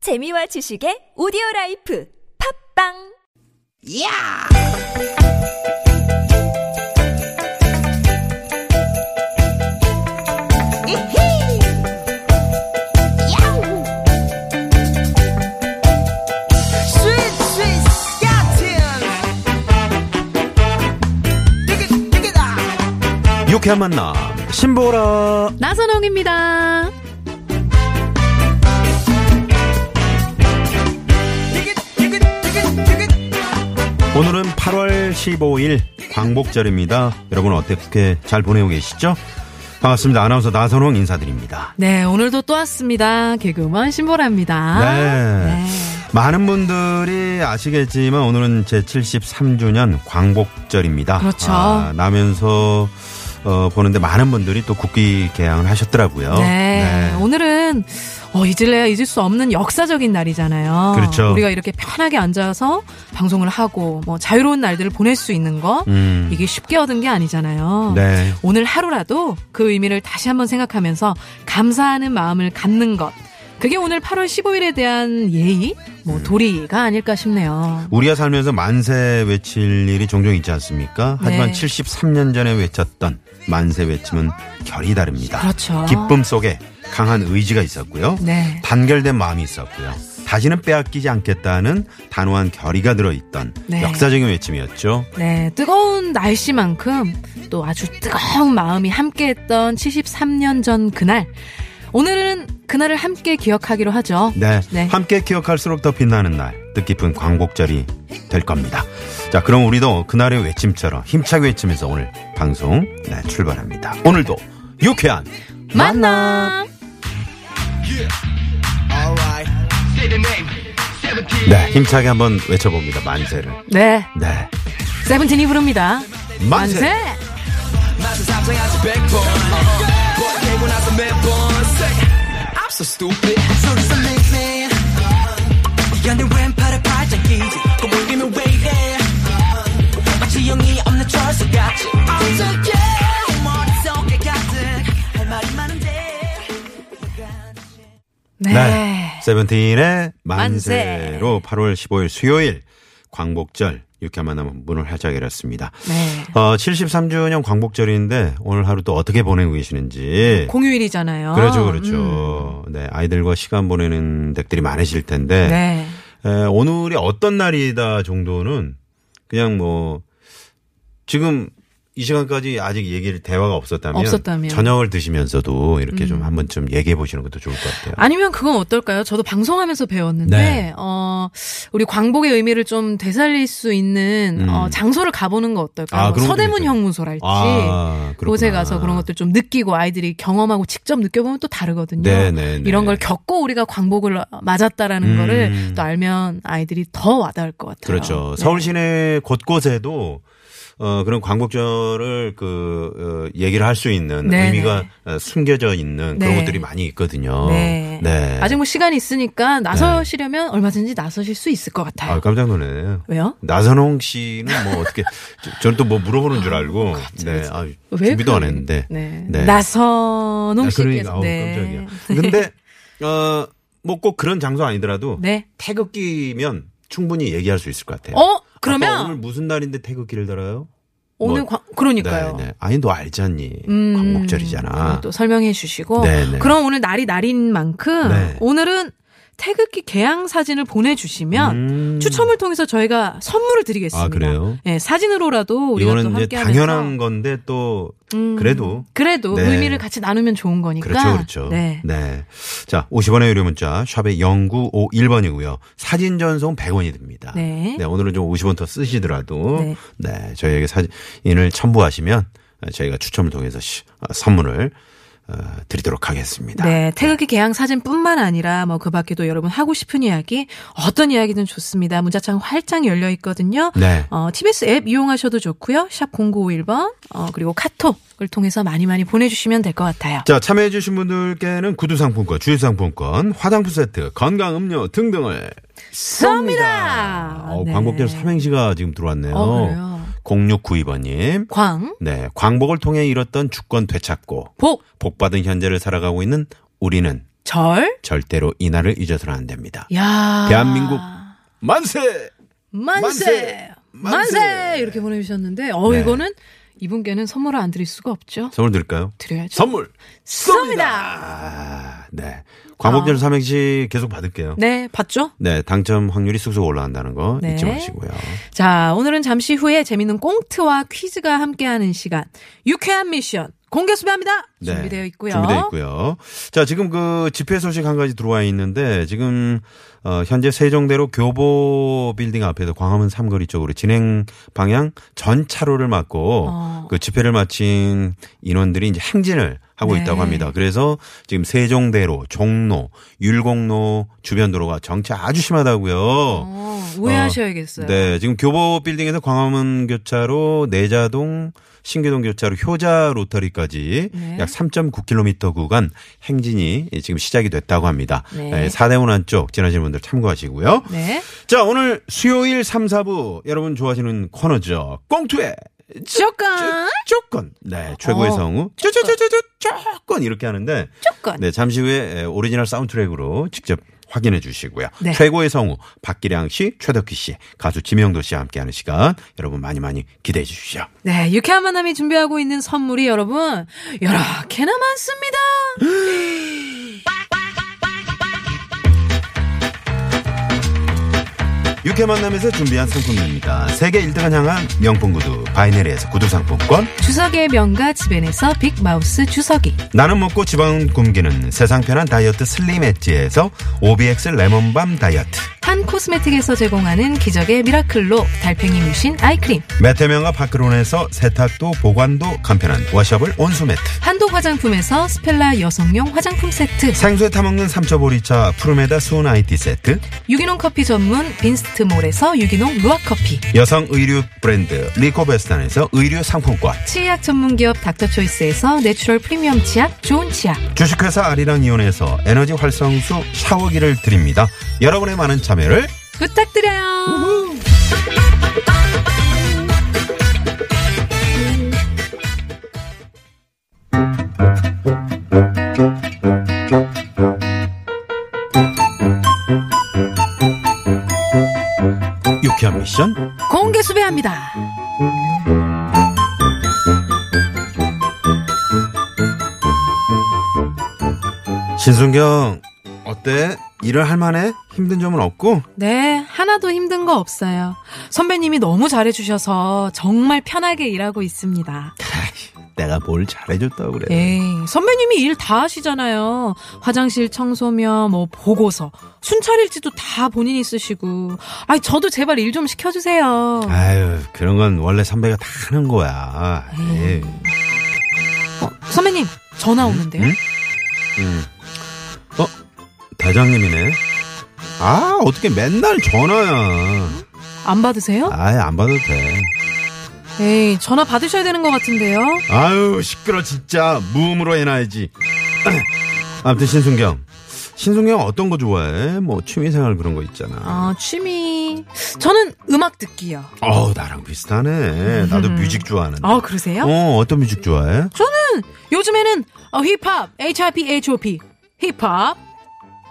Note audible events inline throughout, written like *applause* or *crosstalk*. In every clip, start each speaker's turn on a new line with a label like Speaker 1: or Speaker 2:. Speaker 1: 재미와 지식의 오디오 라이프 팝빵
Speaker 2: 야! 이히! 야우! 스윗, 스윗, 스캇틴! 띠깃, 띠깃아!
Speaker 3: 유쾌한 만남 신보라
Speaker 4: 나선홍입니다.
Speaker 2: 띠깃, 띠깃, 띠깃, 띠깃!
Speaker 4: 네.
Speaker 3: 오늘은 8월 15일 광복절입니다 여러분 어떻게 잘 보내고 계시죠? 반갑습니다 아나운서 나선홍 인사드립니다
Speaker 4: 네, 오늘도 또 왔습니다. 개그우먼 신보라입니다.
Speaker 3: 네. 많은 분들이 아시겠지만 오늘은 제 73주년 광복절입니다
Speaker 4: 그렇죠.
Speaker 3: 아, 나면서 어, 보는데 많은 분들이 또 국기 개항을 하셨더라고요
Speaker 4: 네. 오늘은 어, 잊을래야 잊을 수 없는 역사적인 날이잖아요.
Speaker 3: 그렇죠.
Speaker 4: 우리가 이렇게 편하게 앉아서 방송을 하고 뭐 자유로운 날들을 보낼 수 있는 거
Speaker 3: 음.
Speaker 4: 이게 쉽게 얻은 게 아니잖아요.
Speaker 3: 네.
Speaker 4: 오늘 하루라도 그 의미를 다시 한번 생각하면서 감사하는 마음을 갖는 것. 그게 오늘 8월 15일에 대한 예의,
Speaker 3: 음.
Speaker 4: 뭐 도리가 아닐까 싶네요.
Speaker 3: 우리가 살면서 만세 외칠 일이 종종 있지 않습니까? 하지만
Speaker 4: 네.
Speaker 3: 73년 전에 외쳤던 만세 외침은 결이 다릅니다.
Speaker 4: 그렇죠.
Speaker 3: 기쁨 속에 강한 의지가 있었고요.
Speaker 4: 네.
Speaker 3: 단결된 마음이 있었고요. 다시는 빼앗기지 않겠다는 단호한 결의가 들어있던
Speaker 4: 네.
Speaker 3: 역사적인 외침이었죠.
Speaker 4: 네, 뜨거운 날씨만큼 또 아주 뜨거운 마음이 함께했던 73년 전 그날. 오늘은 그날을 함께 기억하기로 하죠.
Speaker 3: 네.
Speaker 4: 네.
Speaker 3: 함께 기억할수록 더 빛나는 날, 뜻깊은 광복절이 될 겁니다. 자, 그럼 우리도 그날의 외침처럼 힘차게 외치면서 오늘 방송 네, 출발합니다. 오늘도 유쾌한
Speaker 4: 만나.
Speaker 3: 네, 힘차게 한번 외쳐봅니다. 만세를.
Speaker 4: 네,
Speaker 3: 네.
Speaker 4: 세븐틴이 부릅니다.
Speaker 3: 만세!
Speaker 4: 만세!
Speaker 5: I'm so stupid. Sorry for me. 연애 왼팔에 팔짱 끼지. 꿈을 꾸면 왜 이래. 마치
Speaker 2: E,
Speaker 5: 영이 없는 철수 같이. 어떡해. 머릿속에 가득 할 말이 많은데.
Speaker 4: 네.
Speaker 3: 네. 세븐틴의
Speaker 4: 만세.
Speaker 3: 만세로 8월 15일 수요일 광복절 유쾌한 만남 문을 활짝 열었습니다.
Speaker 4: 네.
Speaker 3: 어, 73주년 광복절인데 오늘 하루 또 어떻게 보내고 계시는지.
Speaker 4: 공휴일이잖아요.
Speaker 3: 그렇죠,
Speaker 4: 음.
Speaker 3: 그렇죠. 네, 아이들과 시간 보내는 댁들이 많으실 텐데
Speaker 4: 네.
Speaker 3: 에, 오늘이 어떤 날이다 정도는 그냥 뭐 지금 이 시간까지 아직 얘기를 대화가 없었다면,
Speaker 4: 없었다면. 음.
Speaker 3: 저녁을 드시면서도 이렇게 좀 한번 좀 얘기해 보시는 것도 좋을 것 같아요.
Speaker 4: 아니면 그건 어떨까요? 저도 방송하면서 배웠는데,
Speaker 3: 네.
Speaker 4: 어, 우리 광복의 의미를 좀 되살릴 수 있는,
Speaker 3: 음.
Speaker 4: 어, 장소를 가보는 거 어떨까요?
Speaker 3: 아,
Speaker 4: 뭐
Speaker 3: 그런 것도
Speaker 4: 서대문
Speaker 3: 있죠.
Speaker 4: 형무소랄지,
Speaker 3: 아, 그렇구나.
Speaker 4: 곳에 가서 그런 것들 좀 느끼고 아이들이 경험하고 직접 느껴보면 또 다르거든요.
Speaker 3: 네, 네, 네.
Speaker 4: 이런 걸 겪고 우리가 광복을 맞았다라는
Speaker 3: 음.
Speaker 4: 거를 또 알면 아이들이 더 와닿을 것 같아요.
Speaker 3: 그렇죠.
Speaker 4: 네.
Speaker 3: 서울 시내 곳곳에도 어 그런 광복절을 그 어, 얘기를 할 수 있는
Speaker 4: 네,
Speaker 3: 의미가 어, 숨겨져 있는 그런
Speaker 4: 네.
Speaker 3: 것들이 많이 있거든요.
Speaker 4: 네.
Speaker 3: 네.
Speaker 4: 아직 뭐 시간이 있으니까 나서시려면 얼마든지 나서실 수 있을 것 같아요.
Speaker 3: 아, 깜짝 놀랐네요.
Speaker 4: 왜요?
Speaker 3: 나선홍 씨는 뭐 어떻게 저- 저는 또 뭐 물어보는 줄 알고 네. 아,
Speaker 4: 그 왜
Speaker 3: 준비도 안
Speaker 4: 그런-
Speaker 3: 했는데.
Speaker 4: 네.
Speaker 3: 네.
Speaker 4: 나선홍
Speaker 3: 아,
Speaker 4: 씨께서.
Speaker 3: 아우,
Speaker 4: 네.
Speaker 3: 깜짝이야. 근데 어 뭐 꼭 그런 장소 아니더라도
Speaker 4: 네.
Speaker 3: 태극기면 충분히 얘기할 수 있을 것 네. 같아요.
Speaker 4: 어?
Speaker 3: 아빠
Speaker 4: 그러면
Speaker 3: 오늘 뭐 무슨 날인데 태극기를 달아요?
Speaker 4: 오늘
Speaker 3: 뭐-
Speaker 4: 광, 그러니까요.
Speaker 3: 네, 네. 아니 너 알잖니.
Speaker 4: 음,
Speaker 3: 예, 광복절이잖아.
Speaker 4: 또 설명해 주시고.
Speaker 3: 네, 네.
Speaker 4: 그럼 오늘 날이 날인 만큼
Speaker 3: 네.
Speaker 4: 오늘은 태극기 개항 사진을 보내주시면
Speaker 3: 음.
Speaker 4: 추첨을 통해서 저희가 선물을 드리겠습니다.
Speaker 3: 아, 그래요?
Speaker 4: 네, 사진으로라도 우리가 또
Speaker 3: 이거는 이제
Speaker 4: 함께
Speaker 3: 당연한
Speaker 4: 하면서 음.
Speaker 3: 건데 또 그래도
Speaker 4: 그래도
Speaker 3: 네.
Speaker 4: 의미를 같이 나누면 좋은 거니까.
Speaker 3: 그렇죠, 그렇죠.
Speaker 4: 네.
Speaker 3: 자, 50원의 유료 문자 샵의 0951번이고요. 사진 전송 100원이 듭니다.
Speaker 4: 네.
Speaker 3: 오늘은 좀 50원 더 쓰시더라도 네,
Speaker 4: 네.
Speaker 3: 저희에게 사진을 첨부하시면 저희가 추첨을 통해서 시- 어, 선물을 어, 드리도록 하겠습니다.
Speaker 4: 네, 태극기 개항 사진뿐만 아니라 뭐 그 밖에도 여러분 하고 싶은 이야기, 어떤 이야기든 좋습니다. 문자창 활짝 열려 있거든요.
Speaker 3: 네.
Speaker 4: 어, TBS 앱 이용하셔도 좋고요. 샵 0951번, 어, 그리고 카톡을 통해서 많이 많이 보내주시면 될 것 같아요.
Speaker 3: 자, 참여해주신 분들께는 구두상품권, 주유상품권, 화장품 세트, 건강음료 등등을
Speaker 4: 쏩니다.
Speaker 3: 어,
Speaker 4: 네.
Speaker 3: 광복절 삼행시가 지금 들어왔네요.
Speaker 4: 어, 그래요?
Speaker 3: 0692번님.
Speaker 4: 광,
Speaker 3: 네. 광복을 통해 잃었던 주권 되찾고
Speaker 4: 복.
Speaker 3: 복받은 현재를 살아가고 있는 우리는
Speaker 4: 절.
Speaker 3: 절대로 이 날을 잊어서는 안 됩니다.
Speaker 4: 야.
Speaker 3: 대한민국 만세!
Speaker 4: 만세. 만세.
Speaker 3: 만세!
Speaker 4: 이렇게 보내주셨는데, 어,
Speaker 3: 네.
Speaker 4: 이거는 이분께는 선물을 안 드릴 수가 없죠.
Speaker 3: 선물 드릴까요?
Speaker 4: 드려야죠.
Speaker 3: 선물
Speaker 4: 쏩니다. 아.
Speaker 3: 아, 네. 광복절 삼행시 계속 받을게요. 네.
Speaker 4: 네, 봤죠?
Speaker 3: 당첨 확률이 쑥쑥 올라간다는 거
Speaker 4: 네.
Speaker 3: 잊지 마시고요.
Speaker 4: 자, 오늘은 잠시 후에 재밌는 꽁트와 퀴즈가 함께하는 시간. 유쾌한 미션 공개 수배합니다.
Speaker 3: 네.
Speaker 4: 준비되어 있고요.
Speaker 3: 준비되어 있고요. 자, 지금 그 집회 소식 한 가지 들어와 있는데 지금 어, 현재 세종대로 교보 빌딩 앞에서 광화문 삼거리 쪽으로 진행 방향 전 차로를 막고
Speaker 4: 어.
Speaker 3: 그 집회를 마친 인원들이 이제 행진을 하고
Speaker 4: 네.
Speaker 3: 있다고 합니다. 그래서 지금 세종대로, 종로, 율곡로 주변 도로가 정체 아주 심하다고요.
Speaker 4: 어, 우회하셔야겠어요.
Speaker 3: 네, 지금 교보 빌딩에서 광화문 교차로, 내자동, 신교동 교차로, 효자 로터리까지
Speaker 4: 네.
Speaker 3: 약 3.9km 구간 행진이 지금 시작이 됐다고 합니다.
Speaker 4: 네.
Speaker 3: 네, 사대문 안쪽 지나시는 분들 참고하시고요.
Speaker 4: 네.
Speaker 3: 자, 오늘 수요일 3, 4부 여러분 좋아하시는 코너죠. 꽁투의
Speaker 4: 조건.
Speaker 3: 조건. 네, 최고의
Speaker 4: 어,
Speaker 3: 성우. 쪼쪼쪼쪼쪼 조건 이렇게 하는데
Speaker 4: 조건.
Speaker 3: 네, 잠시 후에 에, 오리지널 사운드트랙으로 직접 확인해 주시고요.
Speaker 4: 네.
Speaker 3: 최고의 성우 박기량 씨, 최덕희 씨, 가수 지명도 씨와 함께하는 시간 여러분 많이 많이 기대해 주십시오.
Speaker 4: 네, 유쾌한 만남이 준비하고 있는 선물이 여러분, 이렇게나 많습니다.
Speaker 3: 육회 만남에서 준비한 상품입니다. 세계 1등을 향한 명품 구두 바이네리에서 구두 상품권
Speaker 4: 주석의 명가 집엔에서 빅마우스 주석이.
Speaker 3: 나는 먹고 지방 굶기는 세상 편한 다이어트 슬림 엣지에서 오비엑스 레몬밤 다이어트
Speaker 4: 한 코스메틱에서 제공하는 기적의 미라클로 달팽이 뮤신 아이크림.
Speaker 3: 메테면과 파크론에서 세탁도 보관도 간편한 워셔블 온수 매트
Speaker 4: 한독 화장품에서 스펠라 여성용 화장품 세트.
Speaker 3: 생수에 타먹는 삼초보리차 푸르메다 수은 아이티 세트
Speaker 4: 유기농 커피 전문 빈스트몰에서 유기농 루아 커피.
Speaker 3: 여성 의류 브랜드 리코베스탄에서 의류 상품권
Speaker 4: 치약 전문 기업 닥터초이스에서 내추럴 프리미엄 치약 좋은 치약.
Speaker 3: 주식회사 아리랑 이온에서 에너지 활성수 샤워기를 드립니다 여러분의 많은 참여를
Speaker 4: 부탁드려요.
Speaker 3: 유쾌한 미션
Speaker 4: 공개 수배합니다.
Speaker 3: 신순경 어때? 일을 할만해? 힘든 점은 없고?
Speaker 4: 네, 하나도 힘든 거 없어요. 선배님이 너무 잘해주셔서 정말 편하게 일하고 있습니다.
Speaker 3: 내가 뭘 잘해줬다고 그래
Speaker 4: 에이, 선배님이 일 다 하시잖아요. 화장실 청소며 뭐 보고서, 순찰일지도 다 본인이 쓰시고. 아이, 저도 제발 일 좀 시켜주세요.
Speaker 3: 아유 그런 건 원래 선배가 다 하는 거야 에이.
Speaker 4: 선배님, 전화 오는데요.
Speaker 3: 응? 음. 어? 대장님이네 아 어떻게 맨날 전화야
Speaker 4: 안 받으세요?
Speaker 3: 아예 안 받아도 돼
Speaker 4: 에이, 전화 받으셔야 되는 것 같은데요.
Speaker 3: 아유 시끄러 진짜 무음으로 해놔야지 *clears throat* 아무튼 신순경 신순경 어떤 거 좋아해? 뭐 취미생활 그런 거 있잖아
Speaker 4: 아, 취미. 저는 음악 듣기요.
Speaker 3: 어우 나랑 비슷하네 나도 뮤직 좋아하는데
Speaker 4: 아, 그러세요?
Speaker 3: 어 어떤 뮤직 좋아해?
Speaker 4: 저는 요즘에는 어, 힙합, HIP, HOP, 힙합.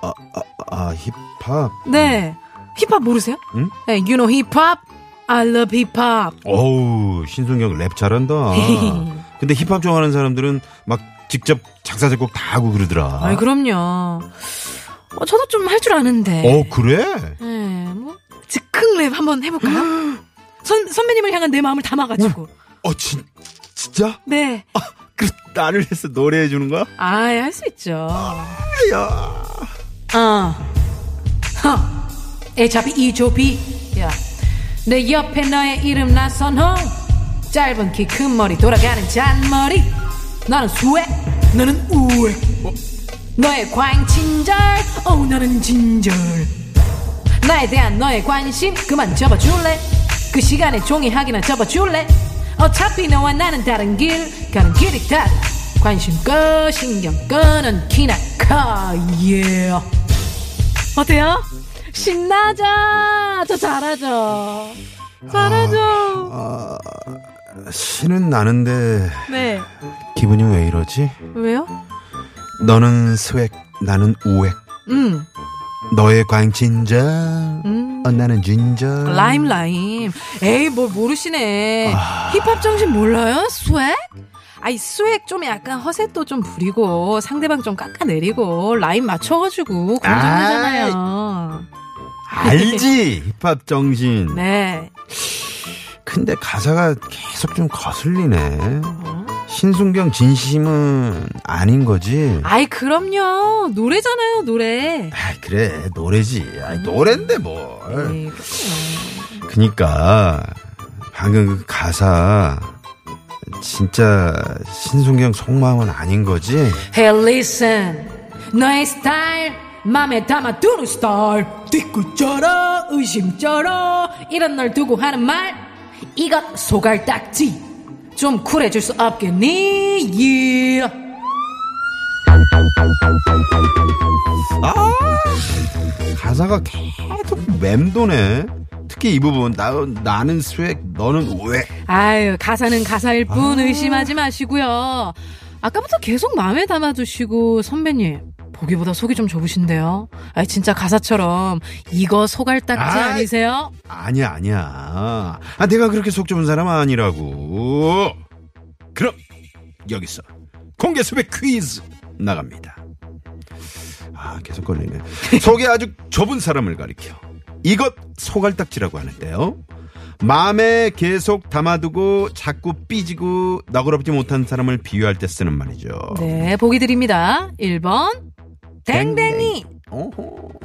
Speaker 3: 아 힙합
Speaker 4: 네, 힙합 모르세요?
Speaker 3: 응?
Speaker 4: 네, you know 힙합, I love 힙합.
Speaker 3: 어우 신순경 랩
Speaker 4: *laughs* 아.
Speaker 3: 잘한다 근데 힙합 좋아하는 사람들은 막 직접 작사 작곡 다 하고 그러더라
Speaker 4: 아, 이 그럼요. 어, 저도 좀 할 줄 아는데.
Speaker 3: 어 그래?
Speaker 4: 네, 뭐 즉흥랩 한번 해볼까요? 선 선배님을 향한 내 음. 마음을 담아가지고.
Speaker 3: 어 진, 진짜?
Speaker 4: 네,
Speaker 3: 그 나를 해서 노래해 주는 거야?
Speaker 4: 아, 할 수 있죠.
Speaker 3: 야
Speaker 4: 어. 허. 에차피 이조비. 야. 내 옆에 너의 이름 나선호. 짧은 키 큰 머리 돌아가는 잔머리. 나는 수액, 너는 우액. 너의 과잉 친절, 어우 나는 진절. 나에 대한 너의 관심 그만 접어줄래? 그 시간에 종이 하기나 접어줄래? 어차피 너와 나는 다른 길 가는 길이 다 관심 꺼 신경 끄는 키나 커 yeah. 어때요? 신나죠? 저 잘하죠? 잘하죠?
Speaker 3: 신은 나는데
Speaker 4: 네
Speaker 3: 기분이 왜 이러지?
Speaker 4: 왜요?
Speaker 3: 너는 스웩 나는 우액.
Speaker 4: 음,
Speaker 3: 너의 광친자. 어, 나는 진저.
Speaker 4: 라임 라임. 에이 뭘 모르시네. 힙합 정신 몰라요? 스웩? 아이 스웩 좀 약간 허세도 좀 부리고 상대방 좀 깎아내리고 라임 맞춰가지고 공정하잖아요.
Speaker 3: 알지! 힙합 정신.
Speaker 4: 네.
Speaker 3: 근데 가사가 계속 좀 거슬리네. 신순경 진심은 아닌 거지.
Speaker 4: 아이 그럼요 노래잖아요 노래.
Speaker 3: 아, 그래 노래지. 아, 노래인데 뭘.
Speaker 4: 에이,
Speaker 3: 그니까 방금 그 가사 진짜 신순경 속마음은 아닌 거지.
Speaker 4: Hey listen 너의 스타일 맘에 담아두는 스타일 뒤끝져라 의심져라 이런 널 두고 하는 말 이것 소갈딱지 좀 쿨해줄 수 없겠니 yeah.
Speaker 3: 가사가 계속 맴도네. 특히 이 부분 나, 나는 스웩 너는 왜
Speaker 4: 아유 가사는 가사일 뿐 의심하지 마시고요 아까부터 계속 마음에 담아두시고 선배님 보기보다 속이 좀 좁으신데요 아 진짜 가사처럼 이거 소갈딱지
Speaker 3: 아이.
Speaker 4: 아니세요?
Speaker 3: 아니야 아니야. 아 내가 그렇게 속 좁은 사람 아니라고. 그럼 여기서 공개 수배 퀴즈 나갑니다. 아 계속 걸리네. 속이 아주 좁은 사람을 가리켜 이것 소갈딱지라고 하는데요. 마음에 계속 담아두고 자꾸 삐지고 너그럽지 못한 사람을 비유할 때 쓰는 말이죠.
Speaker 4: 네, 보기 드립니다. 1번 댕댕이,
Speaker 3: 어허.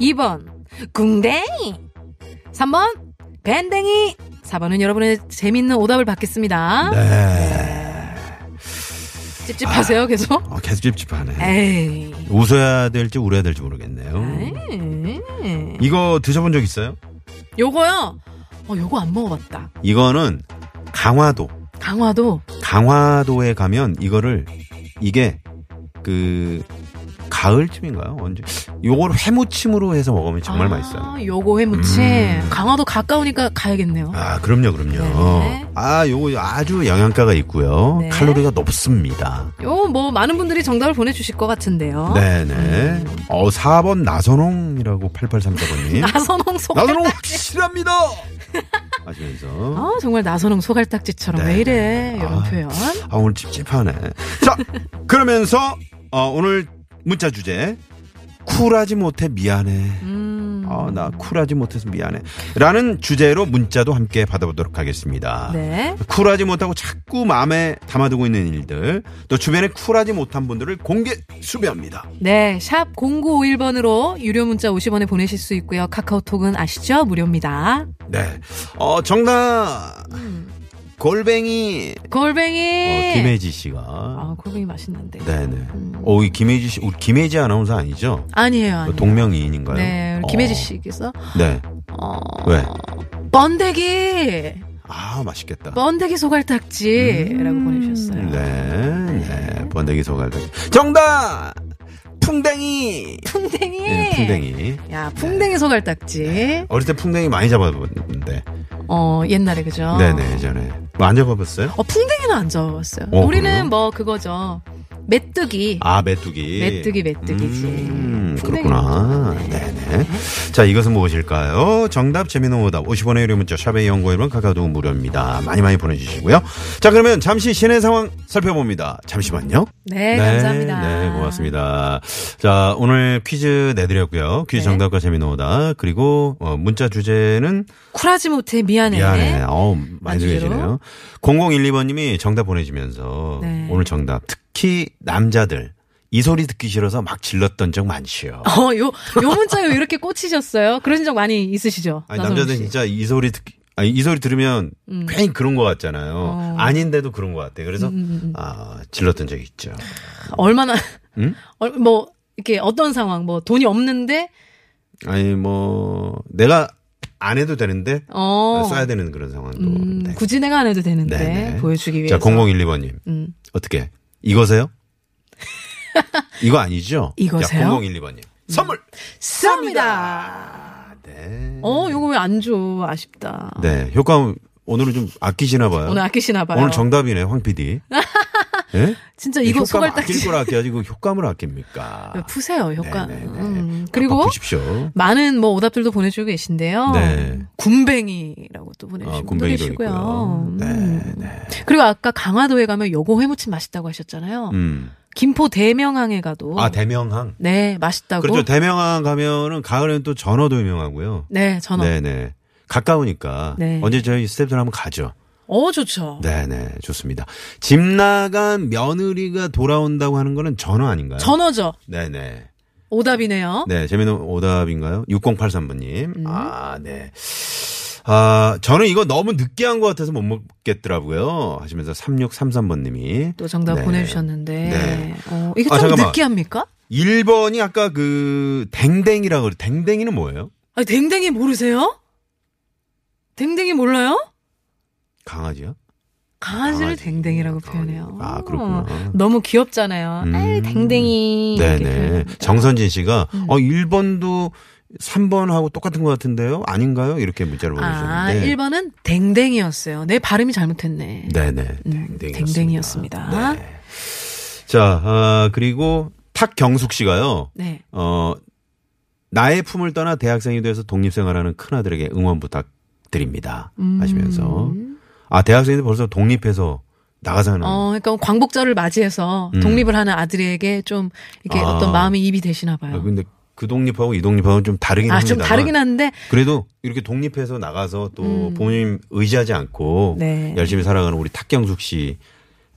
Speaker 4: 2번 궁댕이, 3번 밴댕이. 4번은 여러분의 재밌는 오답을 받겠습니다.
Speaker 3: 네.
Speaker 4: 네. 찝찝하세요, 계속?
Speaker 3: 어, 계속 찝찝하네.
Speaker 4: 에이.
Speaker 3: 웃어야 될지 울어야 될지 모르겠네요. 이거 드셔본 적 있어요?
Speaker 4: 요거요. 어, 요거 안 먹어봤다.
Speaker 3: 이거는 강화도.
Speaker 4: 강화도.
Speaker 3: 강화도에 가면 이거를 이게 그 가을쯤인가요? 언제? 요걸 회무침으로 해서 먹으면 정말
Speaker 4: 아,
Speaker 3: 맛있어요.
Speaker 4: 요거 회무침.
Speaker 3: 음.
Speaker 4: 강화도 가까우니까 가야겠네요.
Speaker 3: 아, 그럼요, 그럼요.
Speaker 4: 네.
Speaker 3: 아, 요거 아주 영양가가 있고요.
Speaker 4: 네.
Speaker 3: 칼로리가 높습니다.
Speaker 4: 요 뭐 많은 분들이 정답을 보내주실 것 같은데요.
Speaker 3: 네네.
Speaker 4: 음.
Speaker 3: 어, 4번 나선홍이라고 8834번님.
Speaker 4: 나선홍 소
Speaker 3: 나선홍
Speaker 4: *laughs*
Speaker 3: 확실합니다! 하시면서.
Speaker 4: 아 정말 나선홍 소갈딱지처럼
Speaker 3: 네.
Speaker 4: 왜 이래 이런
Speaker 3: 아.
Speaker 4: 표현
Speaker 3: 아, 오늘 찝찝하네. 자, 그러면서, 어, 오늘 문자 주제. 쿨하지 못해 미안해.
Speaker 4: 음,
Speaker 3: 아, 나 쿨하지 못해서 미안해. 라는 주제로 문자도 함께 받아보도록 하겠습니다.
Speaker 4: 네
Speaker 3: 쿨하지 못하고 자꾸 마음에 담아두고 있는 일들, 또 주변에 쿨하지 못한 분들을 공개 수배합니다.
Speaker 4: 네, 샵 0951번으로 유료 문자 50원에 보내실 수 있고요. 카카오톡은 아시죠? 무료입니다.
Speaker 3: 네. 어, 정답!
Speaker 4: 음.
Speaker 3: 골뱅이!
Speaker 4: 골뱅이.
Speaker 3: 어, 김혜지 씨가.
Speaker 4: 네. 아, 골뱅이 맛있는데.
Speaker 3: 네네. 그 오, 이 김혜지 씨, 우리 김혜지 아나운서 아니죠?
Speaker 4: 아니에요, 아니에요.
Speaker 3: 동명이인인가요?
Speaker 4: 네, 우리
Speaker 3: 어,
Speaker 4: 김혜지 씨께서
Speaker 3: 네.
Speaker 4: 어,
Speaker 3: 왜?
Speaker 4: 번데기,
Speaker 3: 아, 맛있겠다.
Speaker 4: 번데기 소갈딱지라고 보내주셨어요.
Speaker 3: 음. 네, 네. 번데기 소갈비. 정답! 풍뎅이!
Speaker 4: 풍뎅이.
Speaker 3: 예, 풍뎅이. 네.
Speaker 4: 야, 풍뎅이 소갈딱지.
Speaker 3: 어릴 때 풍뎅이 많이 잡아봤는데.
Speaker 4: 어, 옛날에 그죠?
Speaker 3: 네네, 예전에. 뭐안 잡아봤어요?
Speaker 4: 어, 풍뎅이는 안 잡아봤어요.
Speaker 3: 어,
Speaker 4: 우리는
Speaker 3: 그래요?
Speaker 4: 뭐 그거죠. 메뚜기.
Speaker 3: 아, 메뚜기.
Speaker 4: 메뚜기, 메뚜기지.
Speaker 3: 음,
Speaker 4: 풍뎅이
Speaker 3: 그렇구나.
Speaker 4: 먼저.
Speaker 3: 네네. 자, 이것은 무엇일까요? 정답, 재미는 오답. 50원의 유료 문자, 샵의 연구 1번, 카카오도 무료입니다. 많이 많이 보내주시고요. 자, 그러면 잠시 시내 상황 살펴봅니다. 잠시만요.
Speaker 4: 네, 감사합니다.
Speaker 3: 네, 고맙습니다. 자, 오늘 퀴즈 내드렸고요. 퀴즈
Speaker 4: 네.
Speaker 3: 정답과 재미노다. 그리고 어, 문자 주제는
Speaker 4: 쿨하지 못해 미안해.
Speaker 3: 미안해. 어우, 많이
Speaker 4: 주제로.
Speaker 3: 들리시네요. 0012번님이 정답 보내주면서
Speaker 4: 네.
Speaker 3: 오늘 정답. 특히 남자들. 이 소리 듣기 싫어서 막 질렀던 적 많지요.
Speaker 4: 어, 요, 요 문자요 이렇게 꽂히셨어요? 그런 적 많이 있으시죠?
Speaker 3: 아니,
Speaker 4: 나선홍
Speaker 3: 남자들
Speaker 4: 씨?
Speaker 3: 진짜 이 소리 듣기. 아니, 이 소리 들으면
Speaker 4: 음.
Speaker 3: 괜히 그런 것 같잖아요.
Speaker 4: 어.
Speaker 3: 아닌데도 그런 것 같아요. 그래서
Speaker 4: 음,
Speaker 3: 아, 질렀던 적이 있죠.
Speaker 4: 얼마나, 얼- 뭐, 이렇게 어떤 상황, 뭐, 돈이 없는데,
Speaker 3: 아니 뭐 내가 안 해도 되는데
Speaker 4: 어.
Speaker 3: 써야 되는 그런 상황도.
Speaker 4: 음,
Speaker 3: 네.
Speaker 4: 굳이 내가 안 해도 되는데,
Speaker 3: 네네.
Speaker 4: 보여주기
Speaker 3: 자,
Speaker 4: 위해서. 음.
Speaker 3: 0012번님. 어떻게?
Speaker 4: *laughs*
Speaker 3: 이거세요? 이거 아니죠?
Speaker 4: 이거세요? 음.
Speaker 3: 자, 0012번님. 선물!
Speaker 4: 쏩니다!
Speaker 3: 네.
Speaker 4: 어, 요거 왜 안 줘? 아쉽다.
Speaker 3: 네. 효과 오늘은 네, 좀 아끼시나 봐요.
Speaker 4: 오늘 아끼시나 봐요. *laughs*
Speaker 3: 오늘 정답이네, 황 PD. 예?
Speaker 4: 진짜 이거
Speaker 3: 효과만 아낄
Speaker 4: 소갈딱지.
Speaker 3: 걸 아껴야지 그 효과물 아낍니까?
Speaker 4: *laughs* 푸세요 효과.
Speaker 3: 네네네.
Speaker 4: 음, 그리고
Speaker 3: 바쁘십시오. 어,
Speaker 4: 많은 뭐 오답들도 보내주고 계신데요.
Speaker 3: 네.
Speaker 4: 군뱅이라고 또 보내주신
Speaker 3: 아,
Speaker 4: 분도
Speaker 3: 군뱅이도
Speaker 4: 계시고요.
Speaker 3: 있고요. 네,
Speaker 4: 네, 음. 그리고 아까 강화도에 가면 요거 회무침 맛있다고 하셨잖아요.
Speaker 3: 음.
Speaker 4: 김포 대명항에 가도
Speaker 3: 아 대명항.
Speaker 4: 네 맛있다고.
Speaker 3: 그렇죠. 대명항 가면은 가을에는 또 전어도 유명하고요.
Speaker 4: 네 전어.
Speaker 3: 네네. 가까우니까
Speaker 4: 네.
Speaker 3: 언제 저희 스텝들 한번 가죠.
Speaker 4: 어 좋죠.
Speaker 3: 네네 좋습니다. 집 나간 며느리가 돌아온다고 하는 거는 전어 아닌가요?
Speaker 4: 전어죠.
Speaker 3: 네네.
Speaker 4: 오답이네요.
Speaker 3: 네, 재미있는 오답인가요? 6083번님.
Speaker 4: 음.
Speaker 3: 아, 네. 아, 저는 이거 너무 느끼한 것 같아서 못 먹겠더라고요. 하시면서 3633번님이.
Speaker 4: 또 정답
Speaker 3: 네.
Speaker 4: 보내주셨는데
Speaker 3: 네.
Speaker 4: 어, 이게
Speaker 3: 아,
Speaker 4: 좀
Speaker 3: 잠깐만.
Speaker 4: 느끼합니까?
Speaker 3: 1번이 아까 그 댕댕이라고 그래. 댕댕이는 뭐예요?
Speaker 4: 아니 댕댕이 모르세요? 댕댕이 몰라요?
Speaker 3: 강아지요?
Speaker 4: 강아지를
Speaker 3: 강아지. 네.
Speaker 4: 댕댕이라고
Speaker 3: 강아지.
Speaker 4: 표현해요. 어,
Speaker 3: 아, 그렇구나.
Speaker 4: 너무 귀엽잖아요.
Speaker 3: 음.
Speaker 4: 아유 댕댕이. 이렇게 음.
Speaker 3: 네네.
Speaker 4: 표현합니다.
Speaker 3: 정선진 씨가, 어, 1번도 3번하고 똑같은 것 같은데요? 아닌가요? 이렇게 문자를
Speaker 4: 아,
Speaker 3: 보내주셨는데.
Speaker 4: 1번은 댕댕이였어요. 내 발음이 잘못했네.
Speaker 3: 네네.
Speaker 4: 음,
Speaker 3: 댕댕이였습니다.
Speaker 4: 댕댕이였습니다.
Speaker 3: 네. 자, 아, 그리고 탁경숙 씨가요.
Speaker 4: 네.
Speaker 3: 어, 나의 품을 떠나 대학생이 돼서 독립생활하는 큰아들에게 응원 부탁드립니다.
Speaker 4: 음.
Speaker 3: 하시면서. 아, 대학생인데 벌써 독립해서 나가서 하는.
Speaker 4: 어, 그러니까 광복절을 맞이해서 독립을 하는 아들에게 좀 이렇게
Speaker 3: 음. 아.
Speaker 4: 어떤 마음이 입이 되시나 봐요.
Speaker 3: 아, 근데 그 독립하고 이 독립하고는 좀 다르긴
Speaker 4: 아,
Speaker 3: 합니다.
Speaker 4: 좀 다르긴 한데
Speaker 3: 그래도 이렇게 독립해서 나가서 또 부모님 의지하지 않고
Speaker 4: 네.
Speaker 3: 열심히 살아가는 우리 탁경숙 씨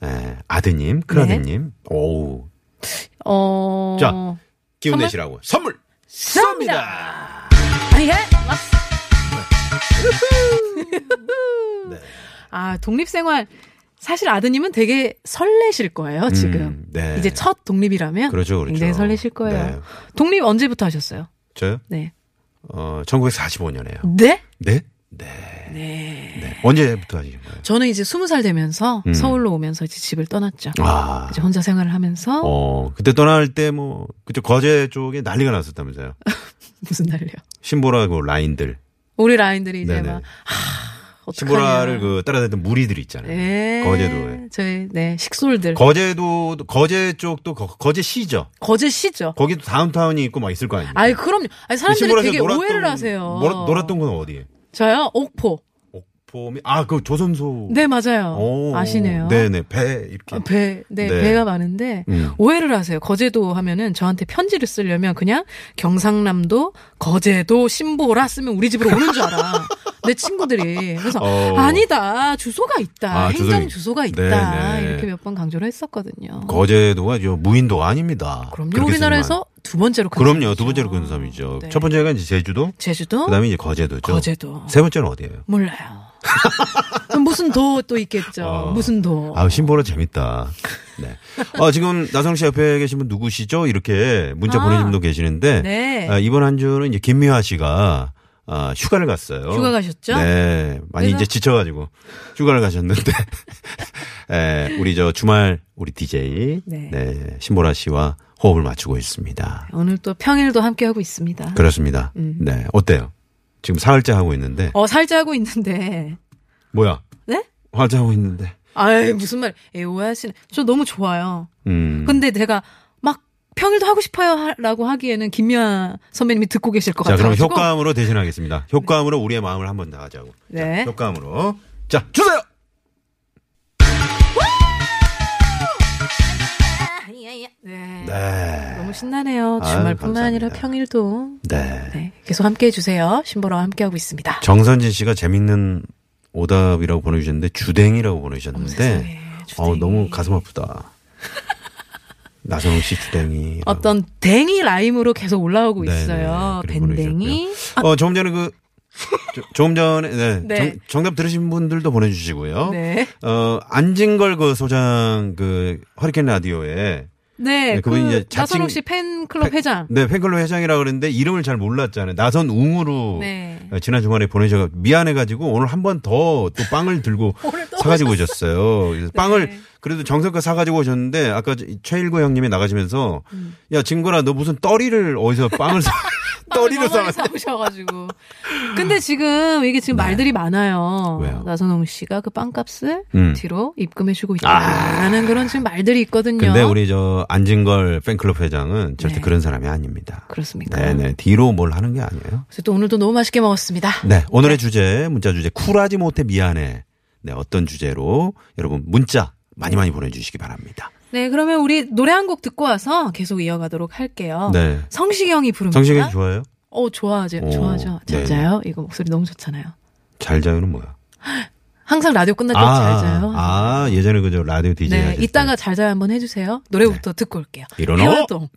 Speaker 3: 에, 아드님,
Speaker 4: 네.
Speaker 3: 큰아드님. 오우.
Speaker 4: 어.
Speaker 3: 자, 기운
Speaker 4: 선물?
Speaker 3: 내시라고. 선물!
Speaker 4: 쏩니다. 아, 예.
Speaker 3: 네.
Speaker 4: 아, 독립생활. 사실 아드님은 되게 설레실 거예요, 지금.
Speaker 3: 음, 네.
Speaker 4: 이제 첫 독립이라면.
Speaker 3: 그렇죠, 그렇죠.
Speaker 4: 굉장히 설레실 거예요.
Speaker 3: 네.
Speaker 4: 독립 언제부터 하셨어요?
Speaker 3: 저요?
Speaker 4: 네.
Speaker 3: 어, 1945년에요.
Speaker 4: 네?
Speaker 3: 네? 네. 네. 언제부터 하신 거예요?
Speaker 4: 저는 이제 스무 살 되면서
Speaker 3: 음.
Speaker 4: 서울로 오면서 이제 집을 떠났죠.
Speaker 3: 아.
Speaker 4: 이제 혼자 생활을 하면서
Speaker 3: 어, 그때 떠날 때 뭐, 그쪽 거제 쪽에 난리가 났었다면서요.
Speaker 4: 무슨 난리요?
Speaker 3: 신보라고 라인들.
Speaker 4: 우리 라인들이 이제
Speaker 3: 네네.
Speaker 4: 막 아, 어떡하냐.
Speaker 3: 신보라를 그 따라다니던 무리들 있잖아요.
Speaker 4: 예.
Speaker 3: 거제도에.
Speaker 4: 저희 네 식솔들
Speaker 3: 거제도, 거제 쪽도 거, 거제 시죠.
Speaker 4: 거제 시죠.
Speaker 3: 거기도 다운타운이 있고 막 있을 거 아닙니까?
Speaker 4: 아이 그럼요. 아니 사람들이
Speaker 3: 신보라에서
Speaker 4: 되게
Speaker 3: 놀았던-
Speaker 4: 오해를 하세요.
Speaker 3: 놀- 놀았던 건 어디에?
Speaker 4: 저요 옥포.
Speaker 3: 옥포미? 아, 그 조선소.
Speaker 4: 네 맞아요.
Speaker 3: 오.
Speaker 4: 아시네요.
Speaker 3: 네네. 배, 이렇게.
Speaker 4: 아, 배, 네,
Speaker 3: 네.
Speaker 4: 배가 많은데
Speaker 3: 음.
Speaker 4: 오해를 하세요. 거제도 하면은 저한테 편지를 쓰려면 그냥 경상남도 거제도 신보라 쓰면 우리 집으로 오는 줄
Speaker 3: *laughs*
Speaker 4: 알아. 내 친구들이 그래서
Speaker 3: 어.
Speaker 4: 아니다 주소가 있다
Speaker 3: 아, 주소-
Speaker 4: 행정 주소가
Speaker 3: 네,
Speaker 4: 있다
Speaker 3: 네.
Speaker 4: 이렇게 몇 번 강조를 했었거든요.
Speaker 3: 거제도가 저 무인도가 아닙니다.
Speaker 4: 그럼요.
Speaker 3: 그렇게
Speaker 4: 우리나라에서 두 번째로 큰
Speaker 3: 그럼요.
Speaker 4: 섬이죠.
Speaker 3: 두 번째로 큰 섬이죠.
Speaker 4: 네.
Speaker 3: 첫 번째가 이제 제주도,
Speaker 4: 제주도
Speaker 3: 그다음에 이제 거제도죠.
Speaker 4: 거제도
Speaker 3: 세 번째는 어디예요? *laughs*
Speaker 4: 몰라요. 그럼 무슨 도 또 있겠죠.
Speaker 3: 어.
Speaker 4: 무슨 도.
Speaker 3: 아, 신보라 재밌다. 네. 어, 지금 나성 씨 옆에 계신 분 누구시죠? 이렇게 문자
Speaker 4: 아.
Speaker 3: 보내신 분도 계시는데
Speaker 4: 네.
Speaker 3: 아, 이번 한 주는 이제 김미화 씨가 아, 휴가를 갔어요.
Speaker 4: 휴가 가셨죠?
Speaker 3: 네. 많이
Speaker 4: 그래서-
Speaker 3: 이제 지쳐 가지고 휴가를 가셨는데 *laughs* 에, 우리 저 주말 우리 DJ
Speaker 4: 네.
Speaker 3: 네. 신보라 씨와 호흡을 맞추고 있습니다.
Speaker 4: 오늘 또 평일도 함께 하고 있습니다.
Speaker 3: 그렇습니다. 네. 어때요? 지금 사흘째 하고 있는데
Speaker 4: 음. 어 살자 하고 있는데.
Speaker 3: 뭐야?
Speaker 4: 네?
Speaker 3: 화자 하고 있는데.
Speaker 4: 아이 무슨 말? 에 오해하시는. 저 너무 좋아요.
Speaker 3: 음.
Speaker 4: 근데 제가 막 평일도 하고 싶어요라고 하기에는 김미아 선배님이 듣고 계실 것
Speaker 3: 자,
Speaker 4: 같아요.
Speaker 3: 그럼 효과음으로 대신하겠습니다. 효과음으로 우리의 마음을 한번 나가자고.
Speaker 4: 네.
Speaker 3: 자, 효과음으로. 자, 주세요!
Speaker 4: 네.
Speaker 3: 네.
Speaker 4: 너무 신나네요.
Speaker 3: 아유,
Speaker 4: 주말뿐만 아니라
Speaker 3: 감사합니다.
Speaker 4: 평일도.
Speaker 3: 네.
Speaker 4: 네. 계속 함께 해주세요. 신보라와 함께 하고 있습니다.
Speaker 3: 정선진 씨가 재밌는 오답이라고 보내주셨는데, 주댕이라고
Speaker 4: 세상에,
Speaker 3: 보내주셨는데,
Speaker 4: 주댕이.
Speaker 3: 어, 너무 가슴 아프다. 나선홍 씨 주댕이.
Speaker 4: *laughs* 어떤 댕이 라임으로 계속 올라오고
Speaker 3: 네,
Speaker 4: 있어요. 밴댕이. 아.
Speaker 3: 어, 조금 전에 그, 조- 조금 전에, 네.
Speaker 4: 네.
Speaker 3: 정, 답 들으신 분들도 보내주시고요.
Speaker 4: 네.
Speaker 3: 어, 안진걸 그 소장 그 허리케인 라디오에 네,
Speaker 4: 네, 그
Speaker 3: 그분이 이제 자칭-
Speaker 4: 나선홍 씨 팬클럽 회장.
Speaker 3: 네, 팬클럽 회장이라 그랬는데 이름을 잘 몰랐잖아요. 나선 웅으로
Speaker 4: 네.
Speaker 3: 어, 지난 주말에 보내셔서 미안해가지고 오늘 한 번 더 또 빵을
Speaker 4: *laughs*
Speaker 3: 들고 사가지고 오셨어요. 그래서 빵을
Speaker 4: 네.
Speaker 3: 그래도 정성껏 사가지고 오셨는데
Speaker 4: 음. *laughs*
Speaker 3: 아까 저- 최일구 형님이 나가시면서 야, 진거라 너 무슨 떠리를 어디서 빵을 사. 떠리로
Speaker 4: 병원에
Speaker 3: 삼았네.
Speaker 4: 사오셔가지고. 근데 지금 이게 지금 말들이 많아요.
Speaker 3: 네. 왜요?
Speaker 4: 나선홍 씨가 그 빵값을
Speaker 3: 음. 아.
Speaker 4: 뒤로 입금해주고 있다라는 그런 지금 말들이 있거든요.
Speaker 3: 근데 우리 저 안진걸 팬클럽 회장은 절대
Speaker 4: 네.
Speaker 3: 그런 사람이 아닙니다.
Speaker 4: 그렇습니까?
Speaker 3: 네네. 뒤로 뭘 하는 게 아니에요.
Speaker 4: 그래서 또 오늘도 너무 맛있게 먹었습니다.
Speaker 3: 네. 오늘의 주제, 문자 주제, 쿨하지 못해 미안해. 네. 어떤 주제로 여러분 문자 많이 많이 보내주시기 바랍니다.
Speaker 4: 네, 그러면 우리 노래 한 곡 듣고 와서 계속 이어가도록 할게요.
Speaker 3: 네.
Speaker 4: 성시경이 부릅니다.
Speaker 3: 정식이 좋아요?
Speaker 4: 어, 좋아하죠.
Speaker 3: 오,
Speaker 4: 좋아하죠. 잘
Speaker 3: 네.
Speaker 4: 자요. 이거 목소리 너무 좋잖아요.
Speaker 3: 잘 자요는 뭐야?
Speaker 4: 항상 라디오 끝날 때 네, 잘 자요.
Speaker 3: 아, 예전에 그저 라디오 DJ.
Speaker 4: 네,
Speaker 3: 하실 때.
Speaker 4: 이따가 잘 자요 한번 해주세요. 노래부터 듣고 올게요.
Speaker 3: 일어나.
Speaker 4: 대화동.